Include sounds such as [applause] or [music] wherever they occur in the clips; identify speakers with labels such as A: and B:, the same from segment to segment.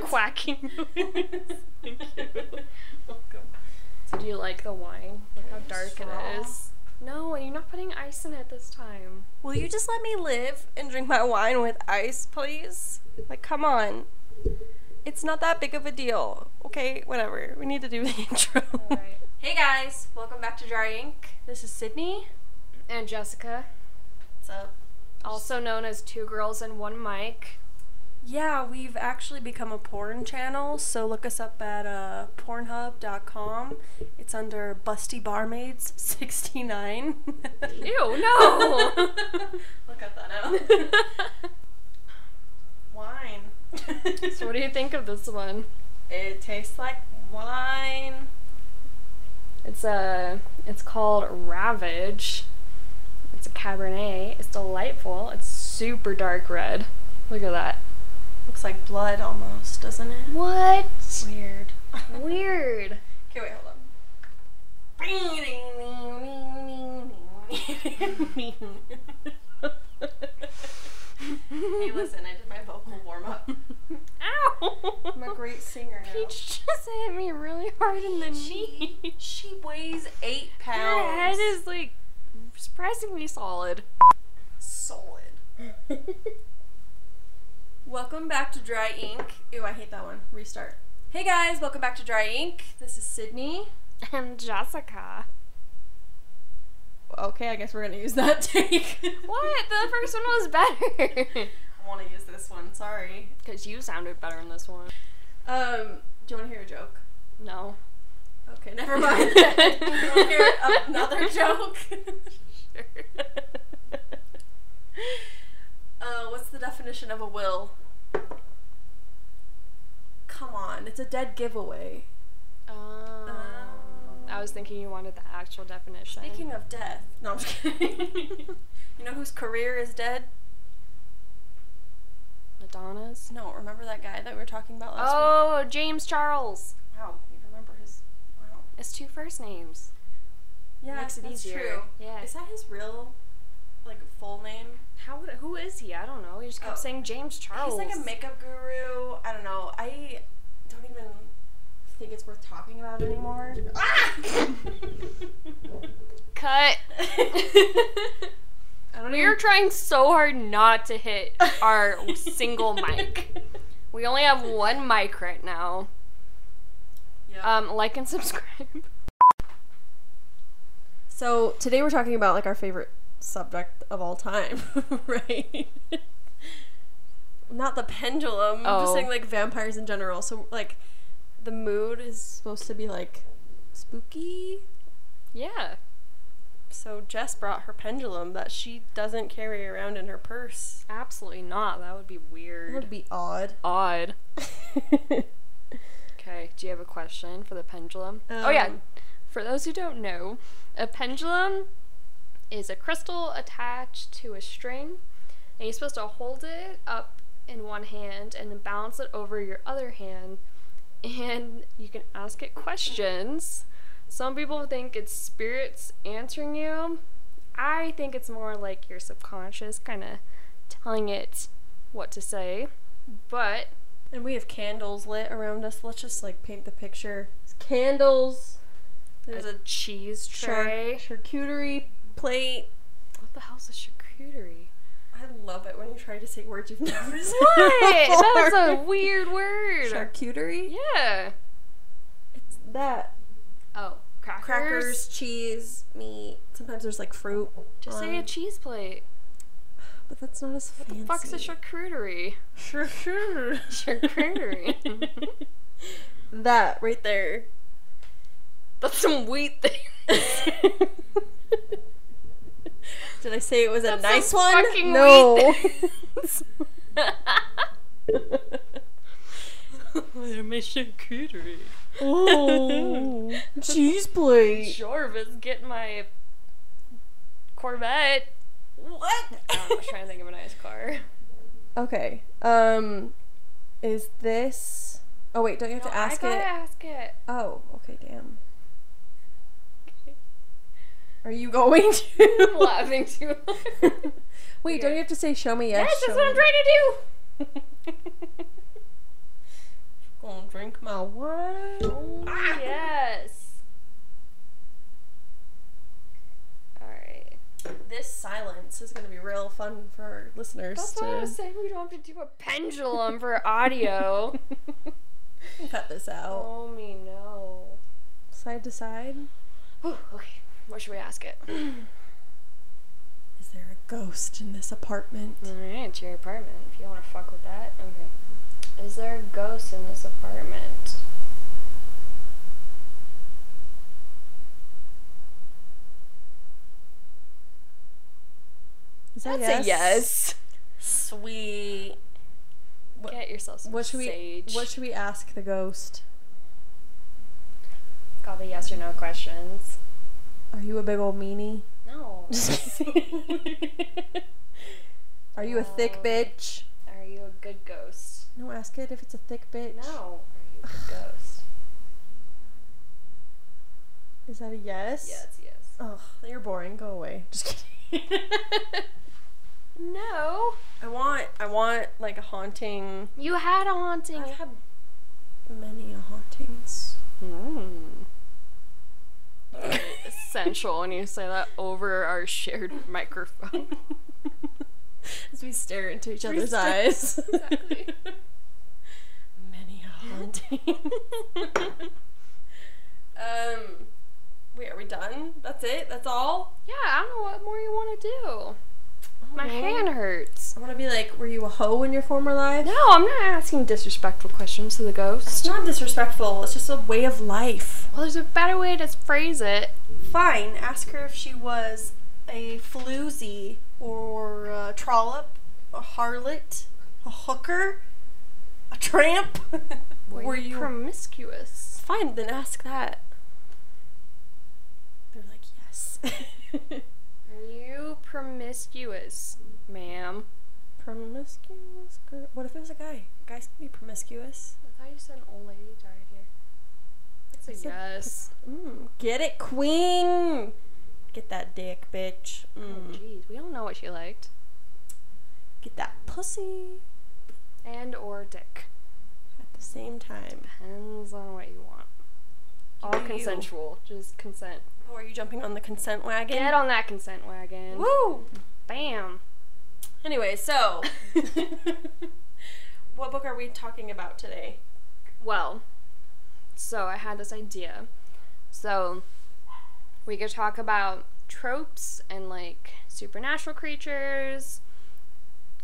A: [laughs]
B: quacking noise. [laughs] Thank you. Welcome. So do you like the wine? Look how dark it is. No, you're not putting ice in it this time.
A: Will you just let me live and drink my wine with ice, please? Like, come on. It's not that big of a deal. Okay, whatever. We need to do the [laughs] intro.
B: Alright.
A: Hey guys, welcome back to Dry Ink. This is Sydney.
B: And Jessica,
C: What's up?
B: also known as Two Girls and One [laughs] Mic.
A: Yeah, we've actually become a porn channel, so look us up at uh, pornhub.com. It's under Busty Barmaids 69.
B: Ew,
A: [laughs]
B: no!
C: Look at that out.
B: [laughs]
C: wine.
B: so what do you think of this one?
C: It tastes like wine.
B: It's a. It's called Ravage. It's a Cabernet. It's delightful. It's super dark red. Look at that.
A: Looks like blood almost, doesn't it?
B: What? [laughs]
A: Weird. [laughs]
B: Weird.
C: Okay, wait, hold
B: [laughs]
C: on. hey, listen, I did my vocal warm up.
B: Ow!
A: I'm a great singer now.
B: Peach just hit me really hard in the knee.
A: She, she weighs eight
B: Her head
A: pounds.
B: is like surprisingly [laughs] solid.
C: Solid.
A: Welcome back to Dry Ink. Ew, I hate that one. Restart. Hey guys, welcome back to Dry Ink. This is Sydney.
B: And Jessica.
A: Okay, I guess we're gonna use that [laughs] take.
B: What?
A: [laughs]
B: The first one was better. [laughs]
C: I want to use this one, sorry.
B: Because you sounded better in this one.
C: Um, do you want to hear a joke?
B: No.
C: Okay, never
A: [laughs]
C: mind. do you want to hear
B: [laughs]
C: another joke?
A: [laughs] Uh, what's the definition of a will? Come on, it's a dead giveaway.
B: [laughs] Um, I was thinking you wanted the actual definition.
A: Speaking of death, no, I'm just kidding. [laughs] you know whose career is dead?
B: Madonna's.
A: No, remember that guy that we were talking about last week?
B: Oh, James Charles.
C: Wow, you remember his. Wow.
B: It's two first names.
A: Yeah,
B: Makes it
A: that's
B: easier.
A: true.
B: Yeah.
A: Is that his real, like, full name?
B: How would, who is he? I don't know. He just kept
C: Oh.
B: saying James Charles.
C: He's like a makeup guru. I don't know. I don't even think it's worth talking about
A: [laughs]
C: anymore. Ah!
B: Cut.
A: I don't
B: We are trying so hard not
A: [laughs]
B: to hit [laughs] our single mic. We only have one mic right now.
C: Yeah.
B: Um, like and subscribe. [laughs]
A: So today we're talking about like our favorite subject of all time, [laughs] right? Not the pendulum. I'm just
B: Oh.
A: saying like vampires in general. So like the mood is supposed to be like spooky.
B: Yeah.
A: So Jess brought her pendulum that she doesn't carry around in her purse.
B: Absolutely not. That would be
A: That
B: weird.
A: would be [laughs] odd.
B: Odd. Oh, Okay. Do you have a question for the pendulum? oh yeah.
A: Um,
B: For those who don't know, a pendulum is a crystal attached to a string, and you're supposed to hold it up in one hand and then balance it over your other hand, and you can ask it questions. Some people think it's spirits answering you. I think it's more like your subconscious kind of telling it what to say. But
A: And we have candles lit around us. Let's just like paint the picture. It's candles. There's a,
B: cheese
A: char-
B: tray.
A: charcuterie plate.
B: What the hell's a charcuterie?
C: I love it when you try to say words
A: [laughs]
C: you've never said.
B: What? That was a
A: Or-
B: weird
A: [laughs]
B: word.
A: charcuterie.
B: Yeah.
A: It's that
B: Oh, crackers.
A: crackers, cheese, meat. Sometimes there's like fruit.
B: Just say a
A: Um,
B: cheese plate.
A: But that's not as fancy.
B: Fuck's a charcuterie.
A: [laughs] Sure, sure. [laughs]
B: Charcuterie.
A: that right there.
B: That's some
A: [laughs]
B: wheat thing.
A: Did I say it was a
B: That's some
A: nice one?
B: fucking
A: no. [laughs]
B: my charcuterie.
A: oh, cheese plate.
B: Jarvis, get my Corvette.
A: [laughs]
B: [laughs] Oh,
C: what?
B: I'm trying to think of a nice car.
A: Okay. Um, is this? Oh wait, don't you have to ask
B: I
A: it?
B: gotta ask it.
A: Oh, okay. Damn. Are you going to?
B: I'm laughing too hard.
A: [laughs] Wait,
B: Okay.
A: don't you have to say show me yes? [laughs]
B: yes, that's
A: show
B: what
A: me
B: I'm trying to do. Oh, [laughs] Ah!
A: fun for listeners
B: That's
A: to
B: why I was saying we don't have to do a pendulum for [laughs] audio.
A: [laughs] cut this out.
B: oh me no.
D: Side to side.
B: Whew, okay, what should we ask it? [clears throat]
A: Is there a ghost in this apartment?
B: All right, it's your apartment. If you want to fuck with that, okay. Is there a ghost in this apartment?
D: Is that
B: That's a yes.
A: Sweet. What-
B: Get yourself some
A: What should we
B: sage.
A: What should we ask the ghost?
B: Call the yes or no questions.
D: Are you a big old
A: [laughs]
D: meanie?
B: No.
D: Are you a thick
B: Um,
D: bitch?
B: [laughs] Are you a good ghost?
D: No, ask it if it's a thick bitch.
B: No. Are you a good ghost?
D: Is that a yes?
B: Yeah, it's a yes.
A: Ugh, you're boring. Go away. Just kidding. [laughs]
B: No.
A: I want I want like a haunting.
B: You had a haunting.
A: I've had many a hauntings.
B: Mm. Essential when you say that over
A: [laughs]
B: our shared microphone.
A: As we stare into [laughs] each
B: We
A: other's
B: stare-
A: eyes. [laughs]
B: Exactly.
A: Many a haunting. [laughs] um, wait, are we done? That's it? That's all?
B: yeah, I don't know what more you want to do.
A: Oh,
B: My
A: man.
B: hand hurts.
A: I want to be like, were you a hoe in your former life?
B: No, I'm not asking disrespectful questions to the
A: It's
B: ghost.
A: not disrespectful. It's just a way of life.
B: Well, there's a better way to phrase it.
D: Fine. Ask her if she was a floozy or a trollop, a harlot, a hooker, a tramp.
A: [laughs]
B: Were,
A: Were
B: you
A: you-
B: promiscuous?
A: Fine, then ask that. They're like, yes. [laughs]
B: Were you promiscuous, ma'am?
A: promiscuous girl. What if it was a guy? Guys can be promiscuous.
B: I thought you said an old lady died here. That's a
A: It's a-
B: yes.
A: Mm, get it, queen. Get that dick, bitch.
B: Oh,
A: Mm.
B: jeez, we don't know what she liked.
A: Get that pussy.
B: And or dick.
A: At the same time.
B: Depends on what you want. All
A: Do you.
B: consensual. Just consent.
A: Oh, are you jumping on the consent wagon?
B: Get on that consent wagon.
A: Woo!
B: Bam.
A: Anyway,
B: [laughs]
A: so what book are we talking about today?
B: Well, so I had this idea. So we could talk about tropes and like supernatural creatures,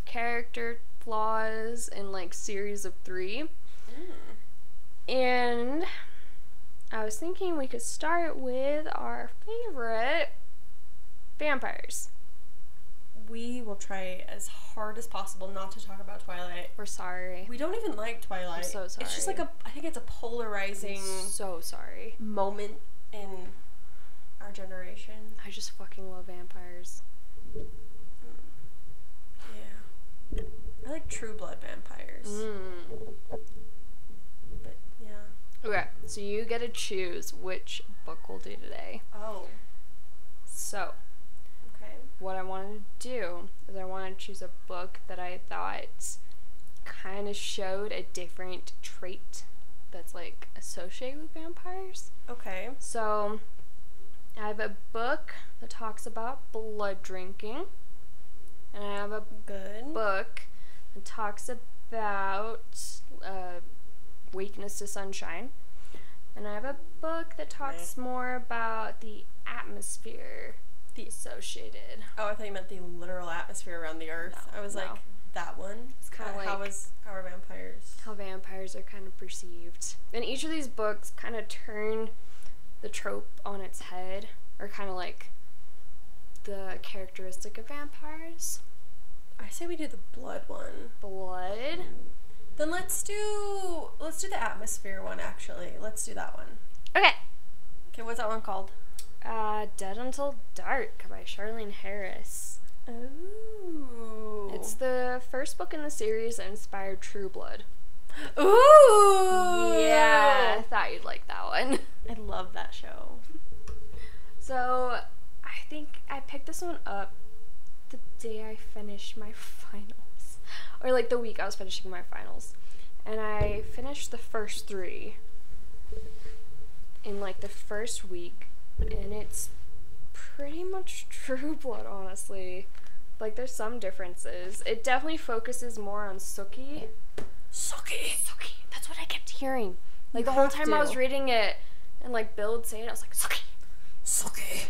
B: character flaws, and like series of three. Hmm. And I was thinking we could start with our favorite vampires.
A: We will try as hard as possible not to talk about Twilight.
B: We're sorry.
A: We don't even like Twilight.
B: so
A: It's just like
B: sorry.
A: a. I think it's a polarizing
B: so sorry.
A: moment in our generation.
B: I just fucking love vampires.
A: Yeah. I like True Blood vampires,
B: Mm.
A: but yeah.
B: Okay, so you get to choose which book we'll do today.
A: Oh.
B: So,
A: Okay.
B: what I wanted to do is I wanted to choose a book that I thought kind of showed a different trait that's like associated with vampires.
A: Okay.
B: So, I have a book that talks about blood drinking, and I have a
A: Good.
B: book that talks about uh, weakness to sunshine, and I have a book that talks more about the atmosphere the associated.
A: oh, I thought you meant the literal atmosphere around the earth.
B: No,
A: I was like
B: no.
A: that one. It's
B: kinda
A: how
B: like-
A: is how are vampires?
B: how vampires are kind of perceived. And each of these books kind of turn the trope on its head, or kind of like the characteristic of vampires.
A: I say we do the blood one.
B: Blood.
A: Then let's do let's do the atmosphere one actually. Let's do that one.
B: Okay.
A: Okay, what's that one called?
B: Uh, Dead Until Dark by Charlene Harris.
A: Ooh.
B: It's the first book in the series that inspired True Blood.
A: Ooh.
B: Yeah, I thought you'd like that one. [laughs]
A: I love that show.
B: So, I think I picked this one up the day I finished my [laughs] finals, or like the week I was finishing my finals, and I finished the first three in like the [laughs] first week, and it's pretty much True Blood, honestly. Like there's some differences. It definitely focuses more on Suki.
D: Suki.
B: Suki. That's what I kept hearing. Like the whole
D: have
B: time I was
D: to.
B: reading it and like Bill would say it, I was like, [laughs] Suki.
A: [laughs]
D: Suki.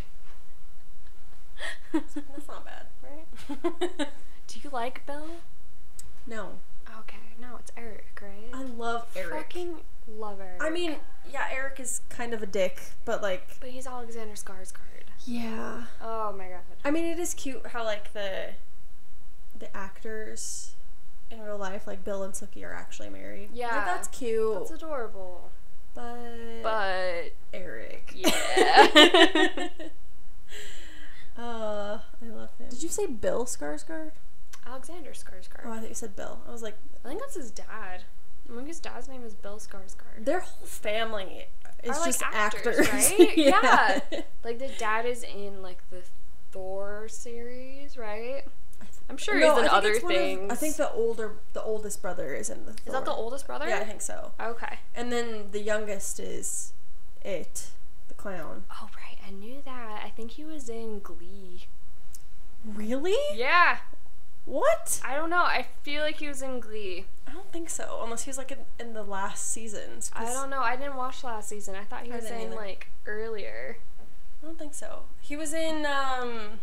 A: That's not [laughs] bad, right?
B: Do you like Bill?
A: No.
B: Okay, no, it's Eric, right?
A: I love Eric.
B: Fucking love Eric.
A: I mean, yeah, Eric is kind of a dick, but like.
B: But he's Alexander Skarsgård.
A: Yeah.
B: Oh my god.
A: I mean, it is cute how like the the actors in real life, like Bill and Suki, are actually married. Like,
B: Yeah.
A: that's cute.
B: That's adorable.
A: but
B: But
A: Eric.
B: Yeah.
A: [laughs] uh, I love him. Did you say Bill Skarsgård?
B: Alexander Skarsgård.
A: Oh, I thought you said Bill. I was like,
B: I think that's his dad. I think his dad's name is Bill Skarsgård.
A: their whole family is
B: Are, like,
A: just
B: actors,
A: actors, [laughs]
B: right? Like the dad is in like the Thor series, right? I'm sure
A: No,
B: he's in
A: I think
B: other
A: it's one of-
B: things.
A: I think the older, the oldest brother is in the.
B: is that the oldest brother?
A: Yeah, I think so.
B: Okay.
A: And then the youngest is it, the clown.
B: Oh right, I knew that. I think he was in Glee.
A: Really?
B: Yeah.
A: What?
B: I don't know. I feel like he was in Glee.
A: I don't think so. Unless he was like in, in the last seasons.
B: I
A: 'cause
B: don't know. I didn't watch last season. I thought he
A: I
B: was in
A: didn't either.
B: like earlier.
A: I don't think so. He was in um.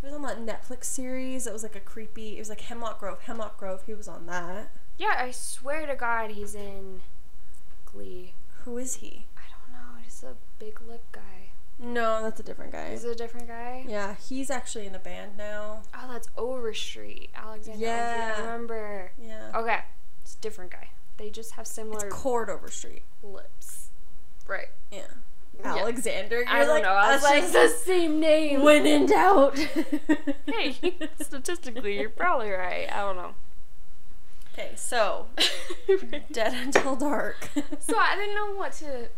A: He was on that Netflix series. It was like a creepy. It was like Hemlock Grove. Hemlock Grove. He was on that.
B: Yeah, I swear to God, he's in Glee.
A: Who is he?
B: I don't know. He's a big lip guy.
A: No, that's a different guy.
B: Is it a different guy?
A: Yeah, he's actually in a band now.
B: Oh, that's Overstreet. Alexander. Overstreet.
A: Yeah.
B: I remember.
A: Yeah.
B: Okay, it's a different guy. They just have
A: It's
B: similar
A: Cordover Street.
B: lips. Right.
A: Yeah.
B: Yeah.
A: Alexander. You're
B: I don't
A: like,
B: know. I was
A: "That's
B: like
A: just
B: the same name.
A: when in doubt.
B: [laughs] hey, [laughs]
A: [laughs]
B: statistically, you're probably right. I don't know. [laughs]
A: Okay, so [laughs] Dead Until Dark.
B: so I didn't know what to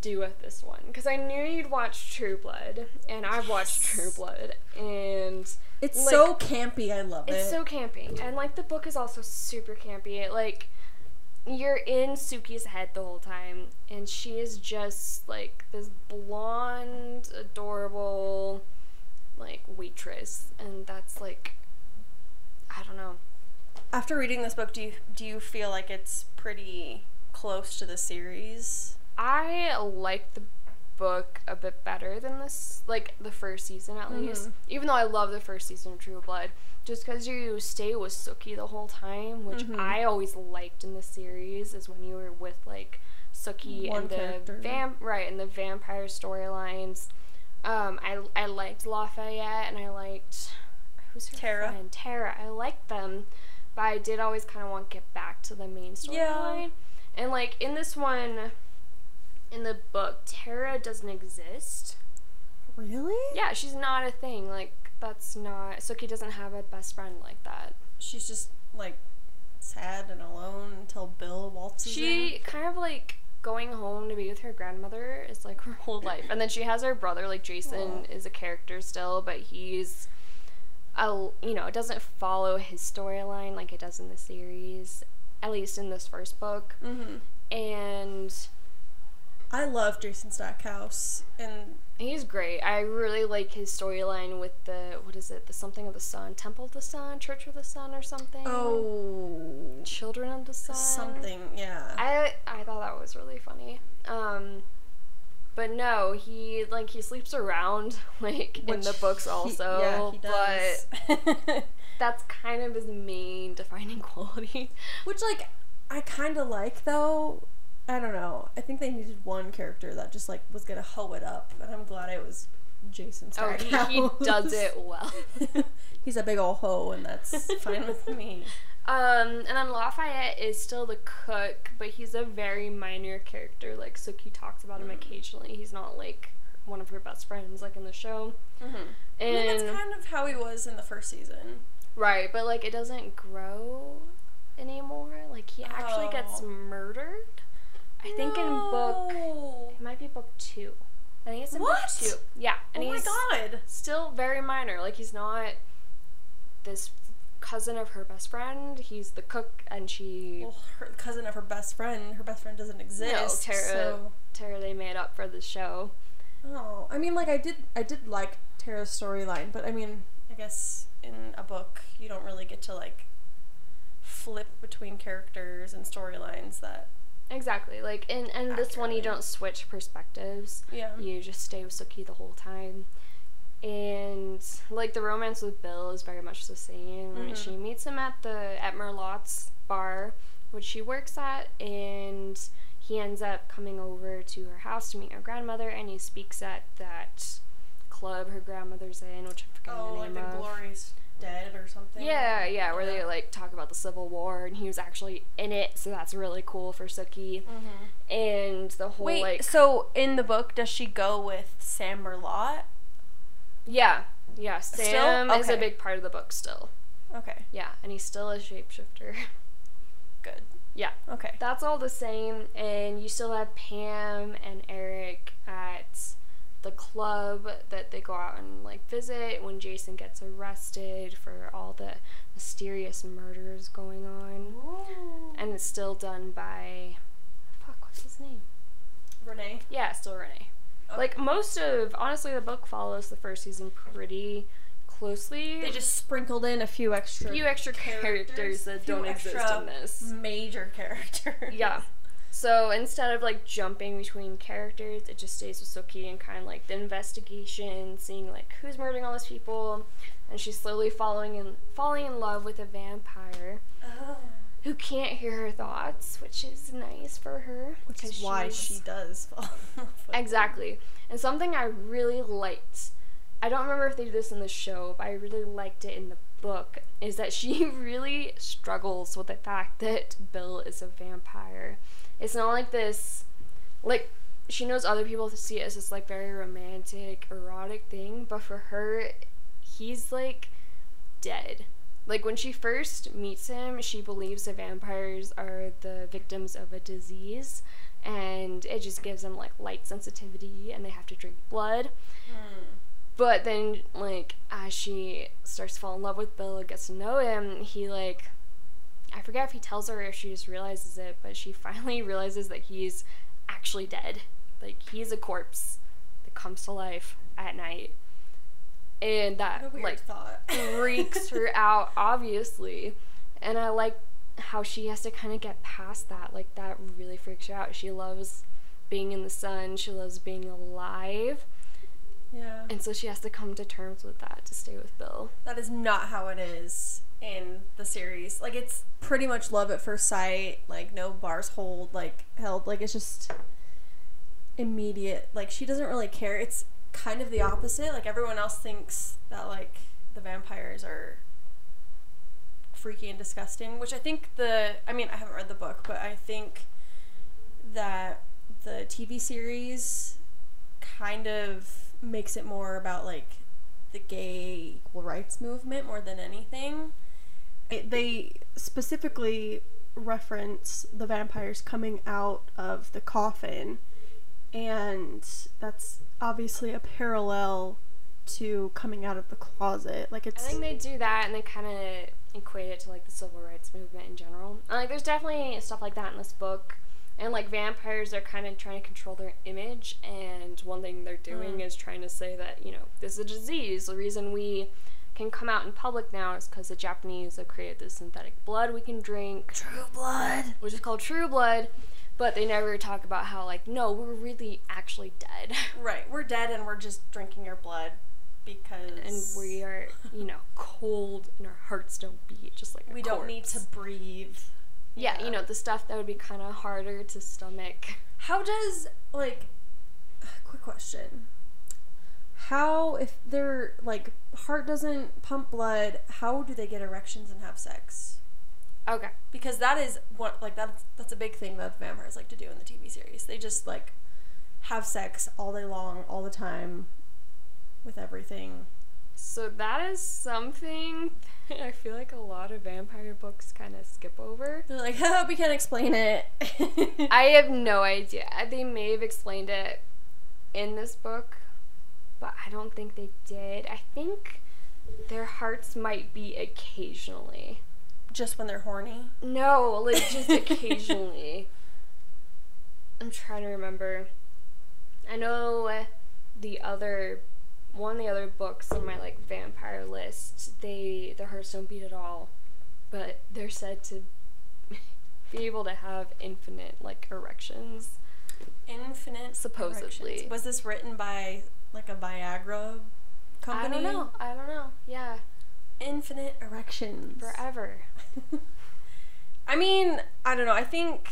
B: do with this one because I knew you'd watch True Blood, and I've watched True Blood, and
A: [laughs] it's
B: like-
A: so campy. I love
B: It's
A: it.
B: so campy, and like the book is also super campy. It, like you're in Suki's head the whole time, and she is just like this blonde, adorable, like waitress, and that's like I don't know.
A: After reading this book, do you do you feel like it's pretty close to the series?
B: I like the book a bit better than this, like the first season at least.
A: Mhm.
B: Even though I love the first season of True Blood, just because you stay with Suki the whole time, which
A: Mhm.
B: I always liked in the series, is when you were with like Suki
A: One
B: and the
A: character.
B: vamp right and the vampire storylines. Um, I I liked Lafayette and I liked who's her
A: Tara.
B: friend Tara. I liked them, but I did always kind of want to get back to the main storyline.
A: Yeah.
B: And like in this one, in the book, Tara doesn't exist.
A: Really?
B: Yeah, she's not a thing. Like that's not Suki doesn't have a best friend like that.
A: She's just like sad and alone until Bill waltzes in.
B: She kind of like going home to be with her grandmother is like [laughs] her whole life. And then she has her brother, like Jason is a character still, but he's a, you know, it doesn't follow his storyline like it does in the series, at least in this first book.
A: Mm-hmm.
B: And
A: I love Jason Stackhouse, and
B: He's great. I really like his storyline with the what is it? The something of the sun, Temple of the Sun, Church of the Sun, or something.
A: oh,
B: Children of the Sun.
A: something. Yeah.
B: I I thought that was really funny. Um, but no, he like he sleeps around [laughs] like in
A: Which
B: the books
A: he-
B: also.
A: yeah, he does.
B: But
A: [laughs]
B: that's kind of his main defining [laughs] quality.
A: Which, like, I kind of like though. I don't know. I think they needed one character that just like was gonna hoe it up, and I'm glad it was Jason
B: Oh,
A: Stackhouse.
B: he, he does it [laughs] well.
A: [laughs] He's a big old hoe, and that's fine with
B: [laughs]
A: me.
B: Um, and then Lafayette is still the cook, but he's a very minor character. Like Suki talks about him occasionally. He's not like one of her best friends, like in the show.
A: I mean, that's
B: Mm-hmm. And
A: kind of how he was in the first season.
B: right, but like it doesn't grow anymore. Like he actually gets
A: Oh.
B: murdered. I think in book
A: No. Oh
B: it might be book two. I think it's in
A: What?
B: book two. Yeah, and
A: Oh my
B: he's
A: god.
B: still very minor. Like he's not this cousin of her best friend. He's the cook, and she
A: Well, her cousin of her best friend. Her best friend doesn't exist.
B: Tara-
A: So.
B: Tara they made up for the show.
A: Oh, I mean, like I did, I did like Tara's storyline, but I mean, I guess
D: in a book, you don't really get to like flip between characters and storylines that
B: Exactly. Like in and this one
D: Accurately.
B: you don't switch perspectives.
D: yeah.
B: You just stay with Suki the whole time. And like the romance with Bill is very much the same. I mean,
D: Mhm.
B: She meets him at the at Merlot's bar, which she works at, and he ends up coming over to her house to meet her grandmother and he speaks at that club her grandmother's in, which I'm forgetting
D: oh,
B: the
D: like
B: name
D: the
B: of.
D: glory's dead or something.
B: Yeah, yeah, where they
D: Yeah.
B: like talk about the Civil War and he was actually in it, so that's really cool for Suki.
D: Mm-hmm.
B: And the whole
D: Wait,
B: like
D: so in the book, does she go with Sam Merlot?
B: Yeah. Yeah,
D: Still?
B: Sam is a
D: Okay.
B: big part of the book still.
D: Okay,
B: Yeah, and he's still a shapeshifter. [laughs]
D: good.
B: yeah.
D: Okay.
B: That's all the same and you still have Pam and Eric at the club that they go out and like visit when Jason gets arrested for all the mysterious murders going on. and it's still done by fuck what's his name
D: Renee.
B: yeah it's still renee like most of honestly the book follows the first season pretty closely
A: They just sprinkled in a few extra
B: a few extra characters,
D: characters,
B: that
D: few
B: don't exist
D: extra
B: in this
D: major character.
B: yeah so instead of like jumping between characters it just stays with soki and kind of like the investigation seeing like who's murdering all these people and she's slowly following in falling in love with a vampire
D: Oh.
B: who can't hear her thoughts which is nice for her
A: which is why
B: she's-
A: she does fall in love with
B: Exactly. And something I really liked, I don't remember if they did this in the show, but I really liked it in the book, is that she [laughs] really struggles with the fact that Bill is a vampire. It's not like this, like, she knows other people see it as this, like, very romantic, erotic thing, but for her, he's, like, dead. Like, when she first meets him, she believes that vampires are the victims of a disease and it just gives them like light sensitivity and they have to drink blood but then like as she starts to fall in love with bill and gets to know him he like i forget if he tells her or if she just realizes it but she [laughs] finally realizes that he's actually dead like he's a corpse that comes to life at night and that
A: What a weird
B: like
A: thought. [laughs]
B: freaks her out, obviously. And I like how she has to kind of get past that. Like, that really freaks her out. She loves being in the sun, she loves being alive.
A: Yeah.
B: And so she has to come to terms with that to stay with Bill.
A: That is not how it is in the series. Like it's pretty much love at first sight. Like no bars hold. Like held. Like it's just immediate. Like she doesn't really care. It's kind of the opposite. Like everyone else thinks that like the vampires are freaky and disgusting. Which I think the. I mean, I haven't read the book, but I think that the TV series kind of makes it more about like the gay equal rights movement more than anything.
E: it, they specifically reference the vampires coming out of the coffin, and that's obviously a parallel to coming out of the closet. Like
B: I
E: it's
B: think they do that and they kind of equate it to like the civil rights movement in general. And, like, there's definitely stuff like that in this book. And like vampires are kind of trying to control their image, and one thing
D: Mm.
B: they're doing is trying to say that you know this is a disease. The reason we can come out in public now is because the Japanese have created this synthetic blood we can drink,
A: True blood.
B: which is called True Blood. But they never talk about how like no, we're really actually dead, [laughs]
D: Right. We're dead and we're just drinking your blood because
B: and we are you know cold, and our hearts don't beat just like a
D: we don't need
B: corpse.
D: to breathe.
B: yeah,
D: Yeah.
B: you know, the stuff that would be kind of harder to stomach.
A: How does like [sighs] quick question. How if their like heart doesn't pump blood, how do they get erections and have sex?
B: Okay.
A: Because that is what like that's that's a big thing that vampires like to do in the TV series. They just like have sex all day long, all the time with everything.
B: So that is something [laughs] that I feel like a lot of vampire books kind of skip over.
A: They're like, [laughs] oh, we can't explain it. [laughs]
B: I have no idea. I- They may have explained it in this book, but I don't think they did. I think their hearts might be occasionally.
D: Just when they're horny.
B: No, like just occasionally. I'm trying to remember. I know the other one of the other books on my like vampire list, they their hearts don't beat at all, but they're said to be able to have infinite like erections.
A: Infinite
B: Supposedly.
A: Erections. Was this written by like a Viagra company?
B: I don't know. I don't know. Yeah,
A: Infinite erections.
B: forever.
A: [laughs] I mean, I don't know. I think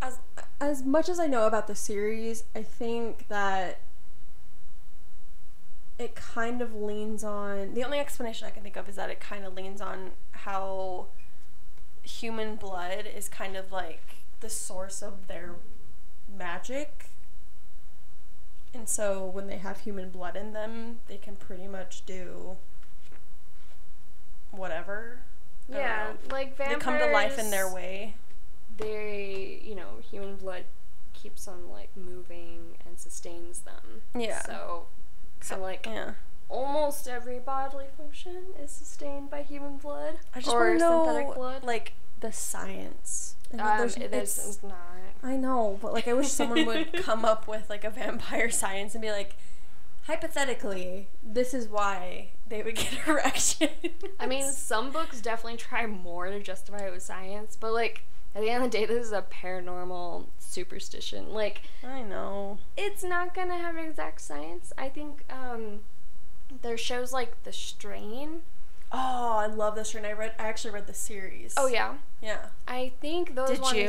D: As,
A: as much as I know about the series, I think that it kind of leans on the only explanation I can think of is that it kind of leans on how human blood is kind of like the source of their magic. And so when they have human blood in them, they can pretty much do whatever. I don't
B: Yeah,
A: know.
B: like vampires.
A: They come to life in their way.
B: They, you know, human blood keeps on like moving and sustains them.
A: Yeah.
B: So, so like
A: Yeah.
B: almost every bodily function is sustained by human blood
A: I just
B: or
A: want to
B: synthetic
A: know,
B: blood.
A: like the science. I know
B: um,
A: there's-
B: it is
A: it's-
B: it's not.
A: I know, but like I wish someone would
B: [laughs]
A: come up with like a vampire [laughs] science and be like, hypothetically, this is why they would get [laughs] erection.
B: I mean, some books definitely try more to justify it with science, but like at the end of the day, this is a paranormal superstition. Like
A: I know.
B: it's not gonna have exact science. I think um, there's shows like The Strain.
A: Oh, I love this. And I read. I actually read the series.
B: Oh yeah,
A: Yeah.
B: I think those
A: Did
B: ones.
A: you?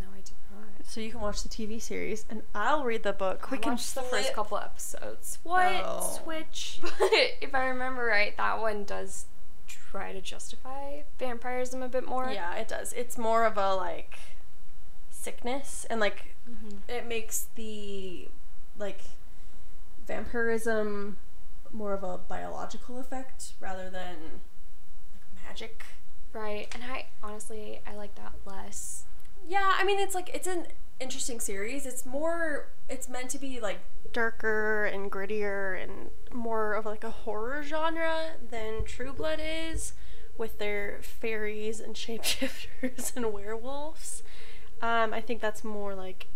B: No, I did not.
A: So you can watch the TV series, and I'll read the book.
B: I watched the first couple episodes. What
A: Oh.
B: switch? [laughs] But if I remember right, that one does try to justify vampirism a bit more.
A: Yeah, it does. It's more of a like sickness, and like
B: Mhm.
A: it makes the like vampirism more of a biological effect rather than like, magic.
B: Right, and I honestly I like that less.
A: Yeah, I mean it's like it's an interesting series. It's more it's meant to be like
D: darker and grittier and more of like a horror genre than True Blood is with their fairies
A: [laughs]
D: and shapeshifters and werewolves. Um, I think that's more like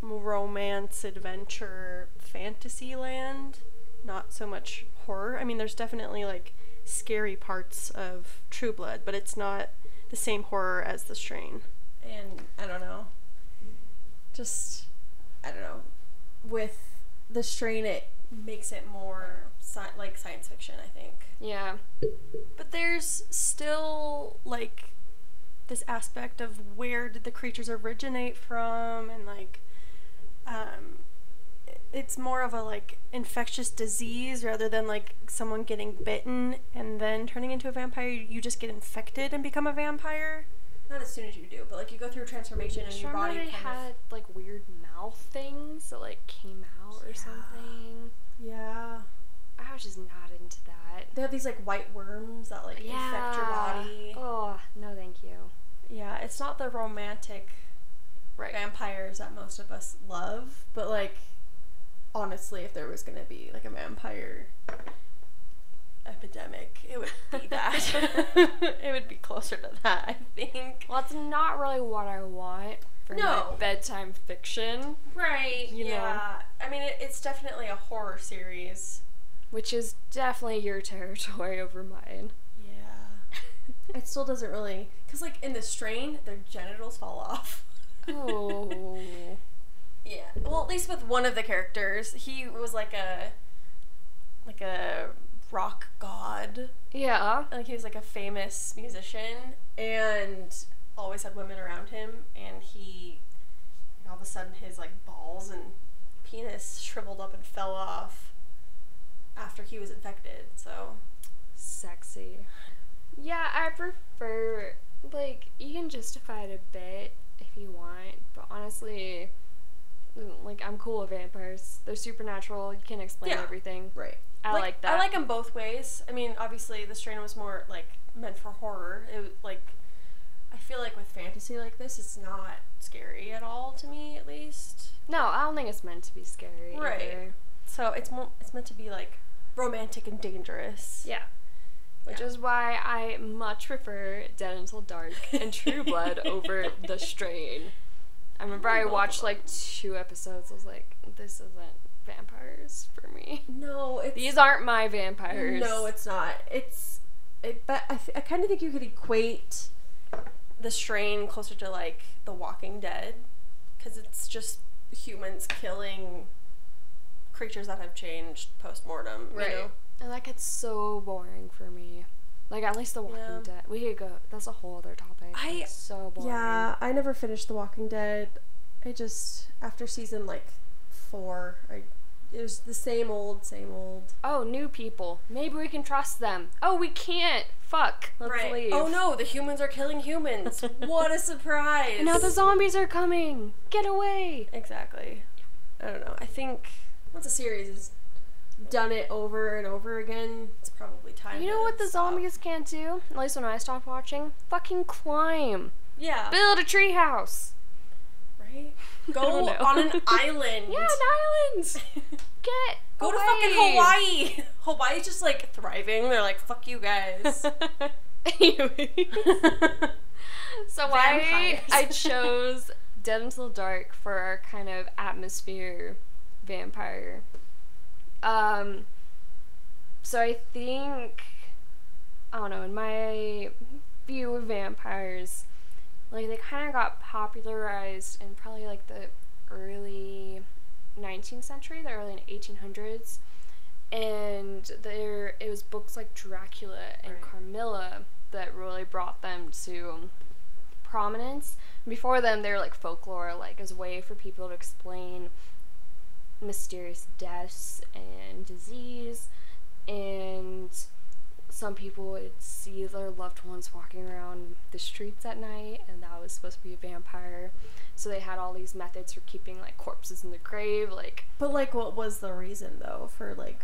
D: romance, adventure, fantasy land, not so much horror. I mean, there's definitely like scary parts of True Blood, but it's not the same horror as The Strain.
A: and I don't know. Just I don't know. With the strain it makes it more sci- like science fiction, I think.
B: Yeah.
D: But there's still like this aspect of where did the creatures originate from, and like, um, i- it's more of a like infectious disease rather than like someone getting bitten and then turning into a vampire. You just get infected and become a vampire.
A: Not as soon as you do, but like you go through a transformation and
B: Just
A: your
B: remember
A: body
B: they
A: kind
B: had
A: of
B: like weird mouth things that like came out or
A: Yeah.
B: something.
A: yeah.
B: I was just not into that.
A: They have these like white worms that like infect your body.
B: Oh, no thank you.
A: Yeah, it's not the romantic
B: Right.
A: vampires that most of us love, but like honestly, if there was gonna be like a vampire epidemic, it would [laughs] be that. it would be closer to that, I think.
B: Well, that's not really what I want for
A: No.
B: my bedtime fiction,
A: Right.
B: You know.
A: yeah. I mean, it, it's definitely a horror series.
B: which is definitely your territory [laughs]
A: [laughs]
B: over mine.
A: Yeah. It still doesn't really, cause like in the strain, their genitals fall off.
B: oh.
A: [laughs] Yeah. Well, at least with one of the characters, he was like a like a rock god.
B: Yeah.
A: Like he was like a famous musician and always had women around him and he like, all of a sudden his like balls and penis shriveled up and fell off after he was infected. So,
B: Sexy. Yeah, I prefer, like, you can justify it a bit if you want, but honestly, mm, like, I'm cool with vampires. They're supernatural, you can explain
A: Yeah.
B: everything.
A: right.
B: I like, that.
A: I like them both ways. I mean, obviously, the strain was more like meant for horror. It was like I feel like with fantasy like this, it's not scary at all to me, at least.
B: No, I don't think it's meant to be scary.
A: Right.
B: either.
A: So it's more it's meant to be like romantic and dangerous.
B: Yeah. Which
A: Yeah.
B: is why I
A: [laughs]
B: much prefer Dead Until Dark and True Blood over The Strain. I remember I watched like two episodes. I was like, this isn't vampires
A: [laughs]
B: for me.
A: No, it's
B: These aren't my vampires.
A: No, it's not. It's, it, but I, th- I kind of think you could equate the strain closer to like The Walking Dead, because it's just humans killing creatures that have changed post mortem.
B: right. And that gets so boring for me. Like at least The Walking
A: Yeah.
B: Dead. We could go. That's a whole other topic.
A: I-
B: It's so boring.
A: Yeah, I never finished The Walking Dead. I just after season like four, I it was the same old, same old.
B: Oh, new people. Maybe we can trust them. Oh, we can't. Fuck. Let's leave.
A: Oh no, the humans are killing [laughs] humans. what a surprise!
B: Now the zombies are coming. Get away.
A: Exactly. I don't know. I think once a series has done it over and over again, it's probably time.
B: You know
A: to
B: what the
A: stop.
B: zombies can't do? At least when I stopped watching, fucking climb.
A: Yeah.
B: Build a treehouse. [laughs]
A: Right.
B: don't
A: Go
B: know.
A: on an island. [laughs]
B: Yeah, an island. Get
A: Go to
B: away.
A: fucking Hawaii. [laughs] Hawaii's just like thriving. They're like, fuck you guys.
B: [laughs] Anyways. [laughs]
A: [laughs]
B: so why
A: Vampires.
B: I chose Dead Until Dark for our kind of atmosphere vampire. Um so I think I don't know, in my view of vampires, like they kind of got popularized in probably like the early 19th century, the early 1800s. And there it was books like Dracula and
A: Right.
B: Carmilla that really brought them to prominence. Before them, they were like folklore, like as a way for people to explain mysterious deaths and disease. And some people would see their loved ones walking around the streets at night, and that was supposed to be a vampire. So they had all these methods for keeping like corpses in the grave, like
A: But like, what was the reason though for like,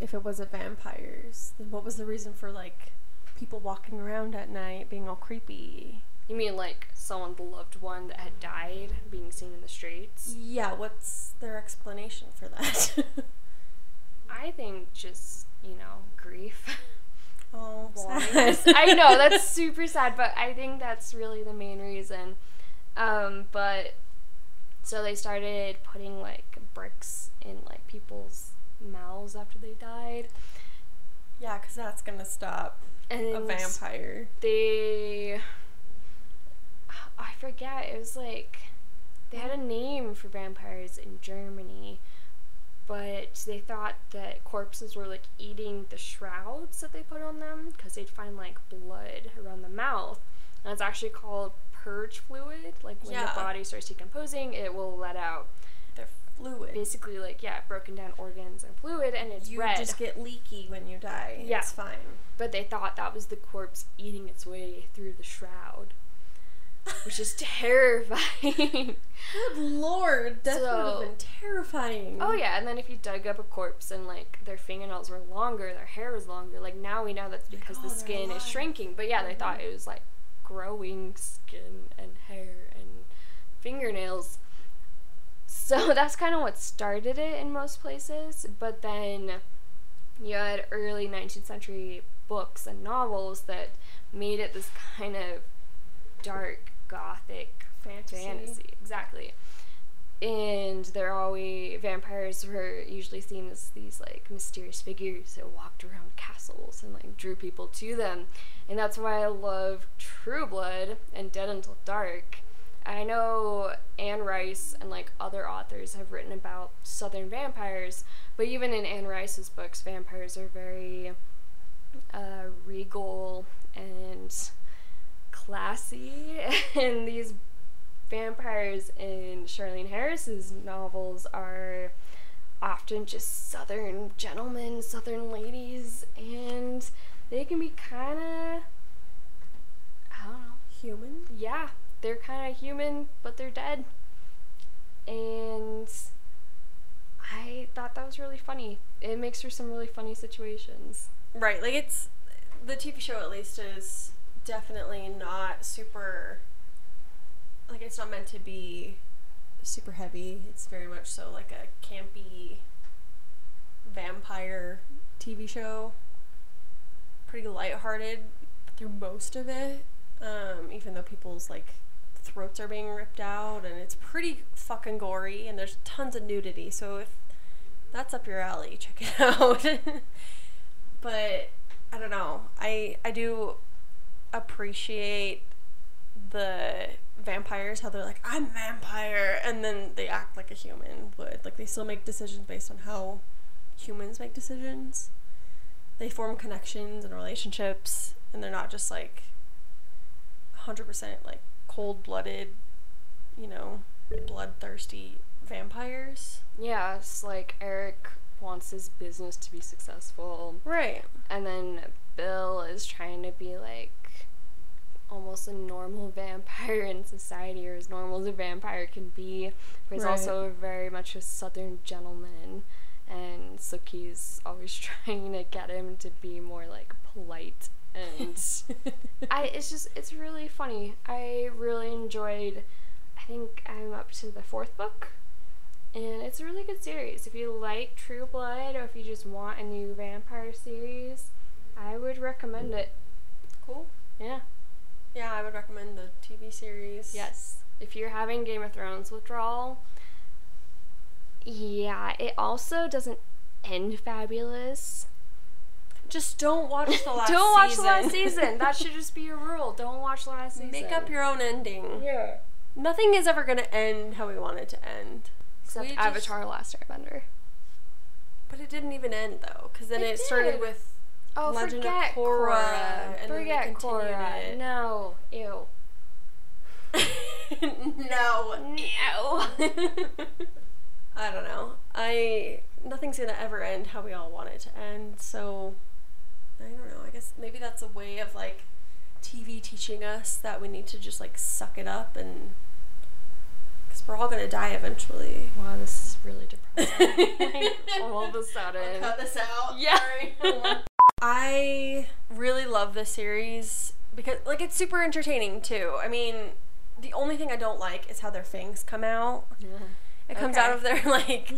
A: if it wasn't vampires, then what was the reason for like people walking around at night being all creepy?
B: you mean like someone's loved one that had died being seen in the streets.
A: Yeah, what's their explanation for that? [laughs]
B: I think just you know grief. [laughs]
A: oh,
B: Yes, I know
A: [laughs]
B: that's super sad, but I think that's really the main reason. Um, but so they started putting like bricks in like people's mouths after they died,
A: Yeah, because that's gonna stop
B: and
A: a vampire.
B: they I forget it was like they had a name for vampires in Germany, but they thought that corpses were like eating the shrouds that they put on them because they'd find like blood around the mouth, and it's actually called purge fluid. Like when
A: Yeah.
B: the body starts decomposing, it will let out
A: They're fluid.
B: basically like yeah broken down organs and fluid, and it's
A: You
B: red.
A: just get leaky when you die.
B: Yeah.
A: It's fine.
B: But they thought that was the corpse eating its way through the shroud, which is terrifying.
A: Good lord, death
B: So-
A: would have been terrifying.
B: oh yeah, and then if you dug up a corpse and like their fingernails were longer, their hair was longer. Like now we know that's because
A: oh,
B: the
A: they're
B: skin
A: alive.
B: is shrinking. But yeah, they thought it was like growing skin and hair and fingernails. So [laughs] that's kind of what started it in most places. But then you had early 19th century books and novels that made it this kind of dark gothic
A: Fantasy.
B: fantasy exactly and they're always vampires were usually seen as these like mysterious figures that walked around castles and like drew people to them and that's why i love true blood and dead until dark i know anne rice and like other authors have written about southern vampires but even in anne rice's books vampires are very uh, regal and classy [laughs] and these vampires in Charlene Harris's novels are often just southern gentlemen, southern ladies, and they can be kind of I don't know.
A: Human?
B: Yeah, they're kind of human, but they're dead. And I thought that was really funny. It makes for some really funny situations.
A: Right, like it's. The TV show, at least, is definitely not super. Like, it's not meant to be super heavy. It's very much so like a campy vampire TV show. Pretty lighthearted through most of it. Um, even though people's like throats are being ripped out, and it's pretty fucking gory, and there's tons of nudity. So if that's up your alley, check it [laughs] out. but I don't know. I I do appreciate the vampires how they're like I'm a vampire and then they act like a human would. Like they still make decisions based on how humans make decisions. They form connections and relationships and they're not just like 100% like cold-blooded, you know, bloodthirsty vampires.
B: Yeah, it's like Eric wants his business to be successful,
A: [laughs] Right.
B: and then Bill is trying to be like almost a normal [laughs] vampire in society, or as normal as a vampire can be. But he's
A: Right.
B: also very much a southern gentleman, and Sookie's always [laughs] trying to get him to be more like polite
A: [laughs]
B: and. I it's just it's really funny. I really enjoyed. I think I'm up to the fourth book, and it's a really good series. If you like True Blood or if you just want a new vampire series, I would recommend it.
A: cool.
B: Yeah.
A: Yeah, I would recommend the TV series.
B: Yes. If you're having Game of Thrones withdrawal, yeah, it also doesn't end fabulous.
A: Just don't watch [laughs]
B: [laughs]
A: the last
B: Don't watch the last season.
A: [laughs]
B: That should just be your rule. Don't watch the last season.
A: Make up your own ending.
B: yeah.
A: Nothing is ever going to end how we want it to end.
B: Except
A: We just-
B: Avatar: Last Airbender.
A: But it didn't even end though, because then
B: It
A: it, started
B: did.
A: with [laughs]
B: Oh,
A: Legend of
B: forget
A: Korra,
B: Korra.
A: and then they
B: forget
A: continued
B: Korra.
A: it.
B: No, ew.
A: no.
B: No.
A: [laughs] I don't know. I nothing's gonna ever end how we all want it to end. So I don't know. I guess maybe that's a way of like TV teaching us that we need to just like suck it up and because we're all gonna die eventually.
B: [laughs] Wow, this is really
A: [laughs]
B: depressing. [laughs] All of a sudden.
F: this out.
B: [laughs] Yeah.
A: [laughs] I really love this series because like it's super entertaining too. I mean, the only thing I don't like is how their fangs come out. It comes
B: Okay.
A: out of their [laughs] like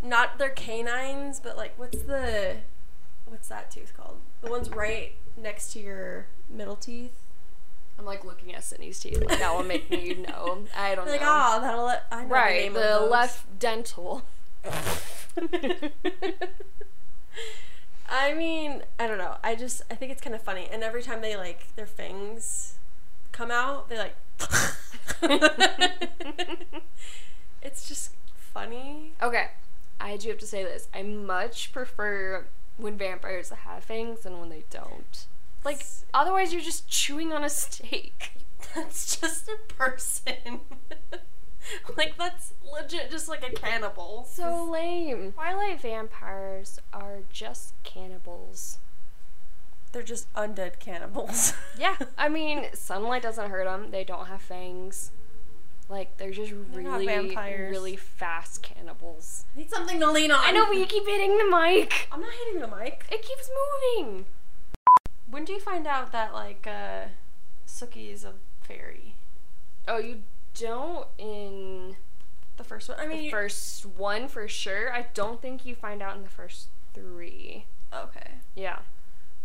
A: not their canines, but like what's the what's that tooth called? The one's right next to your middle teeth.
B: [laughs] I'm like looking at Sydney's teeth. Like, that will
A: [laughs]
B: make me know. I don't
A: Like
B: know.
A: ah, that'll let I know the
B: right,
A: name
B: the,
A: of those.
B: left dental.
A: [laughs] I mean, I don't know. I just I think it's kind of funny. And every time they like their fangs come out, they
B: [laughs]
A: like [laughs] It's just funny.
B: Okay, I do have to say this. I much prefer when vampires have fangs than when they don't. Like, otherwise, you're just chewing on a steak.
A: [laughs] That's just a person. [laughs] like that's legit just like a cannibal.
B: So lame. Twilight vampires are just cannibals.
A: They're just undead cannibals. [laughs]
B: Yeah, I mean, sunlight doesn't hurt them. They don't have fangs. Like they're just
A: not
B: really,
A: vampires.
B: really fast cannibals.
F: Need something to lean on.
B: I know, but you keep hitting the mic.
A: I'm not hitting the mic.
B: It keeps moving.
A: When do you find out that like uh Suki is a fairy?
B: Oh, you don't in
A: The first one. I mean,
B: the
A: you-
B: first one for sure. I don't think you find out in the first three.
A: okay.
B: Yeah.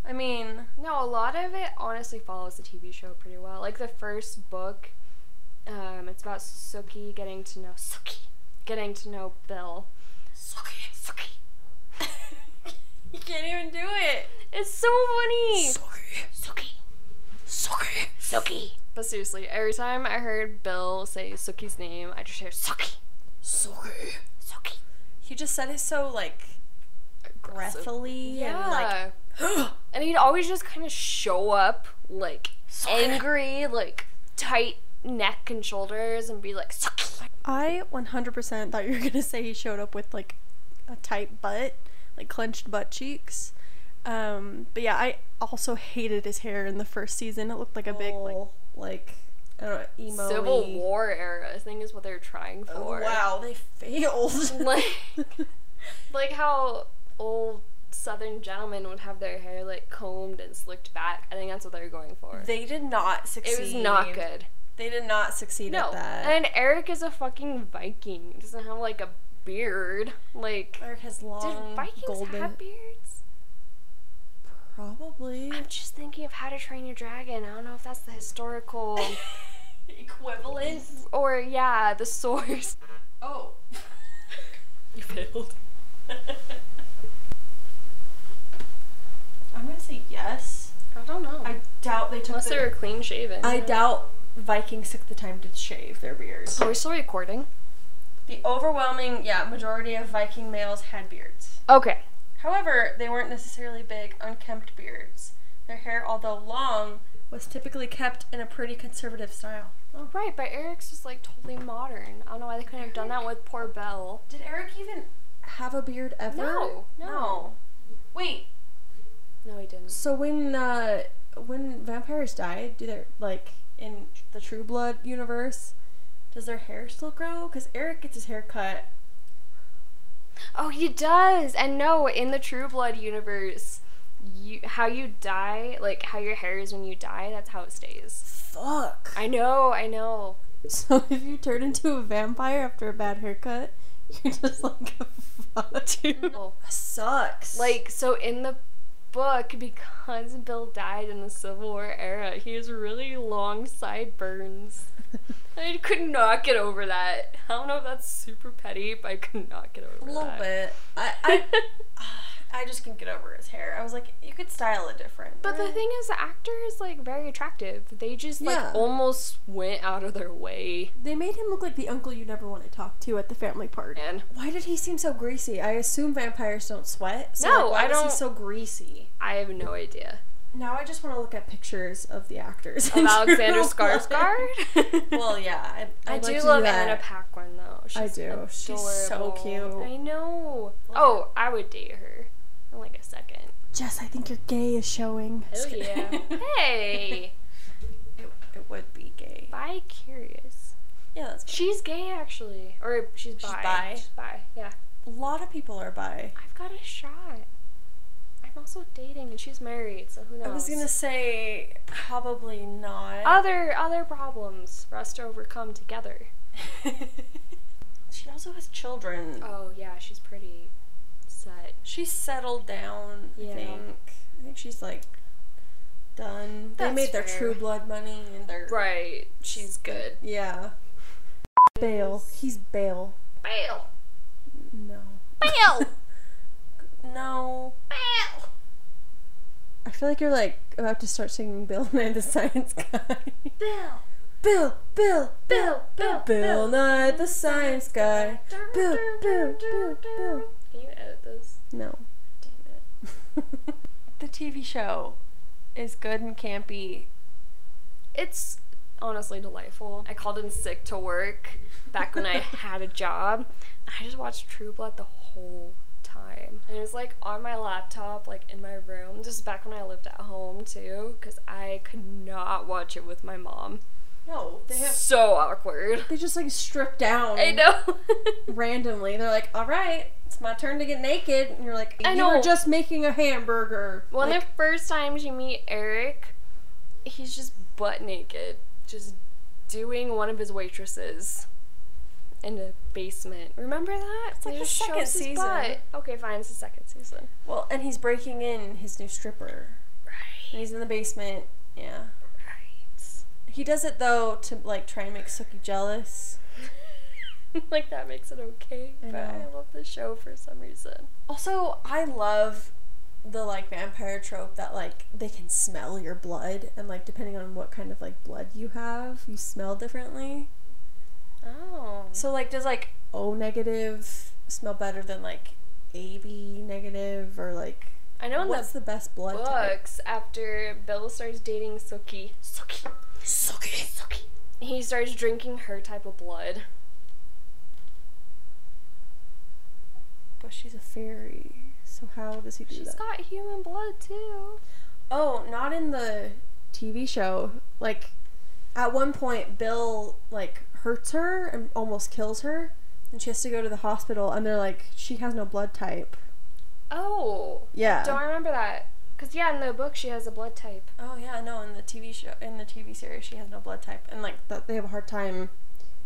A: I mean,
B: No, a lot of it honestly follows the TV show pretty well. Like the first book, um, it's about Suki getting to know [laughs] Suki, getting to know Bill. Suki, Suki.
A: [laughs] you can't even do it.
B: It's so funny. Suki, Suki, Suki. But seriously, every time I heard Bill say Suki's name, I just hear Suki,
F: Sorry.
B: Suki.
A: He just said it so like
B: Aggressive.
A: breathily
B: Yeah.
A: and like
B: and he'd always just kind of show up like angry, like tight neck and shoulders, and be like Suki.
G: I 100% thought you were going to say he showed up with like a tight butt, like clenched butt cheeks. Um, but yeah, I also hated his hair in the first season. It looked like a big like
A: Oh,
F: Like, like I
A: uh,
F: don't know, emo.
B: Civil War era, I think is what they're trying
A: Oh,
B: for.
F: Wow, they failed.
B: [laughs] Like, like how old Southern gentlemen would have their hair like combed and slicked back. I think that's what they're going for.
A: they did not succeed.
B: it was not good.
A: They did not succeed
B: No,
A: at that.
B: and Eric is a fucking Viking. He doesn't have like a beard. Like,
A: Eric has long
B: did Vikings
A: golden.
B: have beards?
F: Probably.
B: [laughs] I'm just thinking of How to Train Your Dragon. I don't know if that's the historical
A: equivalent.
B: Or, yeah, the source. [laughs]
A: Oh.
D: You failed.
A: I'm gonna say yes.
B: I don't know.
A: I doubt they took
B: Unless
A: the-
B: they were clean shaven.
A: I doubt Vikings took the time to shave their beards.
B: Are we still recording?
A: The overwhelming, yeah, majority of Viking males had beards.
B: Okay.
A: However, they weren't necessarily big, unkempt beards. Their hair, although long, was typically kept in a pretty conservative style. Oh.
B: All right, but Eric's just like totally modern. I don't know why they couldn't have done that with poor Belle.
A: Did Eric even have a beard ever?
B: No, no.
A: No. Wait.
B: No, he didn't.
A: So when uh, when vampires die, do their like in the True Blood universe, does their hair still grow? Because Eric gets his hair cut.
B: Oh, he does. And no, in the True Blood universe, you how you die, like how your hair is when you die, that's how it stays.
A: Fuck.
B: I [laughs] know, I know.
A: So if you turn into a vampire after a bad haircut, you're just like a fuck. [laughs] Dude.
B: Oh.
A: Sucks. [laughs]
B: [laughs] Like, so in the book, because Bill died in the Civil War era, he has really long sideburns. I could not get over that. I don't know if that's super petty, but I could not get over
A: a little
B: that.
A: bit. I
B: [laughs]
A: I, [sighs] I just couldn't get over his hair. I was like, you could style it different.
B: But the
A: Eh.
B: thing is, the actor is like very attractive. They just like
A: Yeah.
B: almost went out of their way.
E: They made him look like the uncle you never want to talk to at the family party.
B: And
A: why did he seem so greasy? I assume vampires don't sweat. So
B: No,
A: like, why
B: I
A: was
B: don't-
A: he so greasy?
B: I have no idea.
A: Now I just want to look at pictures of the actors.
B: Of
A: in [laughs]
B: Alexander
A: True Blood. [laughs]
B: Skarsgård?
A: well, yeah, I,
B: I
A: I'd
B: do
A: like to
B: love
A: that.
B: Anna Paquin though. She's
A: do.
B: Adorable.
A: She's so cute.
B: I know. Oh, I would date her in like a second.
E: Jess, I think your gay is showing.
B: Oh yeah. [laughs]
A: [laughs]
B: hey,
A: It, it would be gay.
B: bi curious.
A: Yeah, that's
B: She's gay actually, or she's bi.
A: She's bi.
B: She's bi. Yeah.
A: a lot of people are bi.
B: I've got a shot. I'm also dating, and she's married, so who knows?
A: I was gonna say probably not.
B: Other other problems for us to overcome [laughs] together.
A: she also has children.
B: Oh yeah, she's pretty set.
A: She's settled down. I
B: Yeah.
A: think. I think she's like done.
B: That's
A: they made their
B: fair.
A: True Blood money and their
B: Right. She's good.
A: yeah.
E: Bail.
A: He's Bale.
B: Bail.
A: No.
B: Bail.
A: No.
B: Bail.
A: I feel like you're like about to start singing Bill Nye the Science Guy.
B: Bill.
A: Bill, Bill,
B: Bill, Bill,
A: Bill Nye the Science Guy. Bill, Bill, Bill, Bill.
B: Can you edit this?
A: No. [laughs] Damn it. the TV show is good and campy.
B: It's honestly delightful. I called in sick to work back
A: [laughs]
B: when I had a job. I just watched True Blood the whole time. And it was like on my laptop, like in my room. This is back when I lived at home too, because I could not watch it with my mom.
A: No, they have.
B: So awkward.
A: They just like strip down.
B: I know. [laughs]
A: Randomly, they're like, "All right, it's my turn to get naked," and you're like,
B: I
A: "You
B: know.
A: were just making a hamburger."
B: One
A: Like,
B: of the first times you meet Eric, he's just butt naked, just doing one of his waitresses in a basement. Remember that? It's
A: like the second season.
B: Okay, fine, it's the second season.
A: well, and he's breaking in his new stripper.
B: Right.
A: And he's in the basement. Yeah.
B: Right. [laughs]
A: He does it though to like try and make Suki jealous.
B: like that makes it okay.
A: I
B: but I
A: know.
B: love the show for some reason.
A: Also, I love the like vampire trope that like they can smell your blood and like depending on what kind of like blood you have, you smell differently.
B: Oh.
A: So like does like O negative smell better than like AB negative or like
B: I know in
A: what's
B: the
A: the best blood type?
B: books after Bill starts dating Suki. Suki.
A: Suki.
B: Suki. He starts drinking her type of blood.
A: But she's a fairy. So how does he do
B: She's
A: that?
B: got human blood too.
A: Oh, not in the TV show. Like, at one point, Bill like hurts her and almost kills her, and she has to go to the hospital. And they're like, she has no blood type.
B: Oh.
A: Yeah.
B: Don't remember that. Cause yeah, in the book she has a blood type.
A: Oh yeah, no. In the TV show, in the TV series, she has no blood type, and like that they have a hard time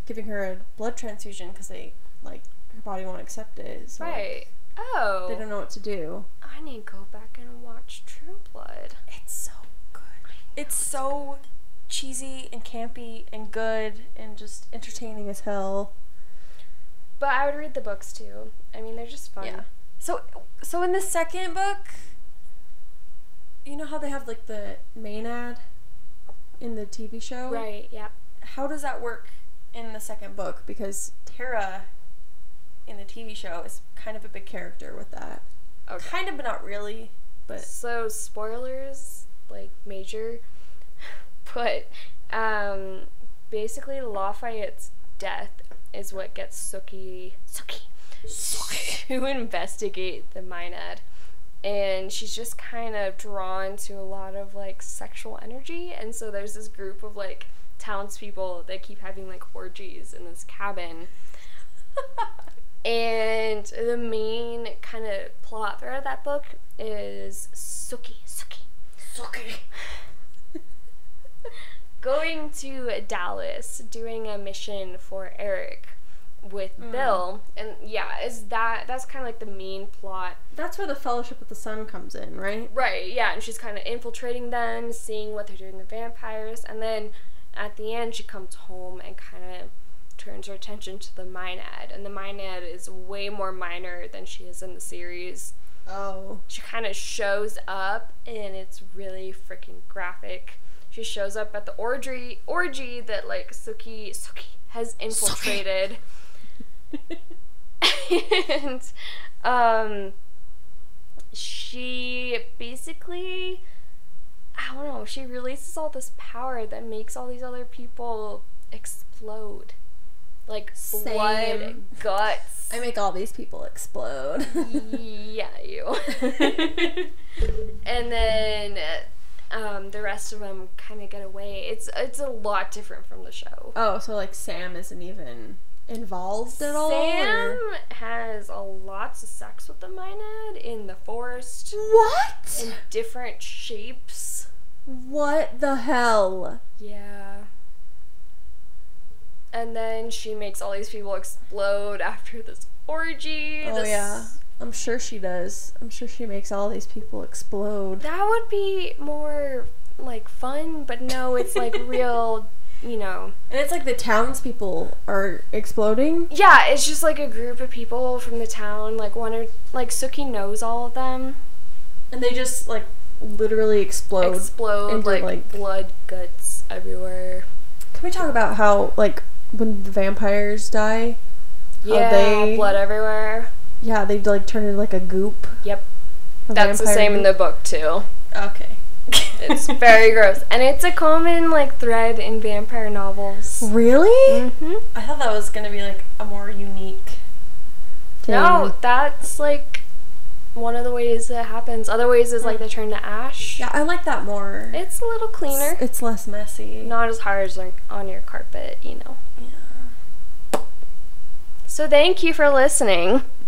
A: giving her a blood transfusion because they like her body won't accept it. So like,
B: Right. Oh.
A: they don't know what to do.
B: I need to go back and watch True Blood.
A: It's so good. It's so
D: cheesy and campy and good and just entertaining as hell.
B: But I would read the books too. I mean, they're just fun.
D: Yeah. So so in the second book,
A: You know how they have like the maenad in the TV show?
B: Right, yeah.
A: How does that work in the second book? Because Tara in the TV show is kind of a big character with that.
B: Okay.
A: Kind of, but not really. But
B: So spoilers, like major, [laughs] but um, basically Lafayette's death is what gets Sookie Sookie [laughs] to investigate the Minad, and she's just kind of drawn to a lot of like sexual energy, and so there's this group of like townspeople that keep having like orgies in this cabin. [laughs] And the main kind of plot thread of that book is Suki, Suki, Suki. [laughs] Going to Dallas, doing a mission for Eric with Bill, and yeah, is that that's kind of like the main plot,
A: that's where the Fellowship of the Sun comes in, right?
B: right? Yeah, and she's kind of infiltrating them, seeing what they're doing to vampires, and then at the end she comes home and kind of turns her attention to the Minad, and the Minad is way more minor than she is in the series
A: [laughs] Oh.
B: she kind of shows up and it's really freaking graphic. She shows up at the orgy orgy that like Suki Suki has infiltrated. and um she basically I don't know, she releases all this power that makes all these other people explode. Like blood,
A: Same.
B: guts.
A: [laughs] I make all these people
B: [laughs]
A: explode.
B: yeah, you. and then um, the rest of them kind of get away. It's it's a lot different from the show.
A: oh, so like Sam isn't even involved at all?
B: Sam
A: or-
B: has a lots of sex with the Minad in the forest
A: What?
B: in different shapes.
A: What the hell?
B: Yeah. And then she makes all these people explode after this orgy.
A: Oh
B: this-
A: yeah, I'm sure she does. I'm sure she makes all these people explode.
B: That would be more like fun, but no,
A: [laughs]
B: it's like real, you know.
A: And it's like the townspeople are exploding.
B: Yeah, it's just like a group of people from the town. Like one or like Suki knows all of them.
A: And they just like literally explode.
B: Explode
A: into,
B: like,
A: like-
B: blood guts everywhere.
A: Can we talk about how like when the vampires die? How
B: Yeah,
A: they-
B: blood everywhere.
A: Yeah, they like turn into like a goop.
B: Yep,
A: a
B: that's the
A: vampire
B: same in the
A: goop.
B: book too.
A: Okay.
B: It's very gross, and it's a common like thread in vampire novels.
A: Really?
B: Mm-hmm.
D: I thought that was gonna be like a more unique.
B: No, that's like one of the ways that happens. Other ways is like they turn to ash.
A: Yeah, I like that more.
B: It's a little cleaner.
A: It's, it's less messy.
B: Not as hard as like on your carpet, you know.
A: Yeah.
B: So thank you for listening. [laughs]
A: [laughs]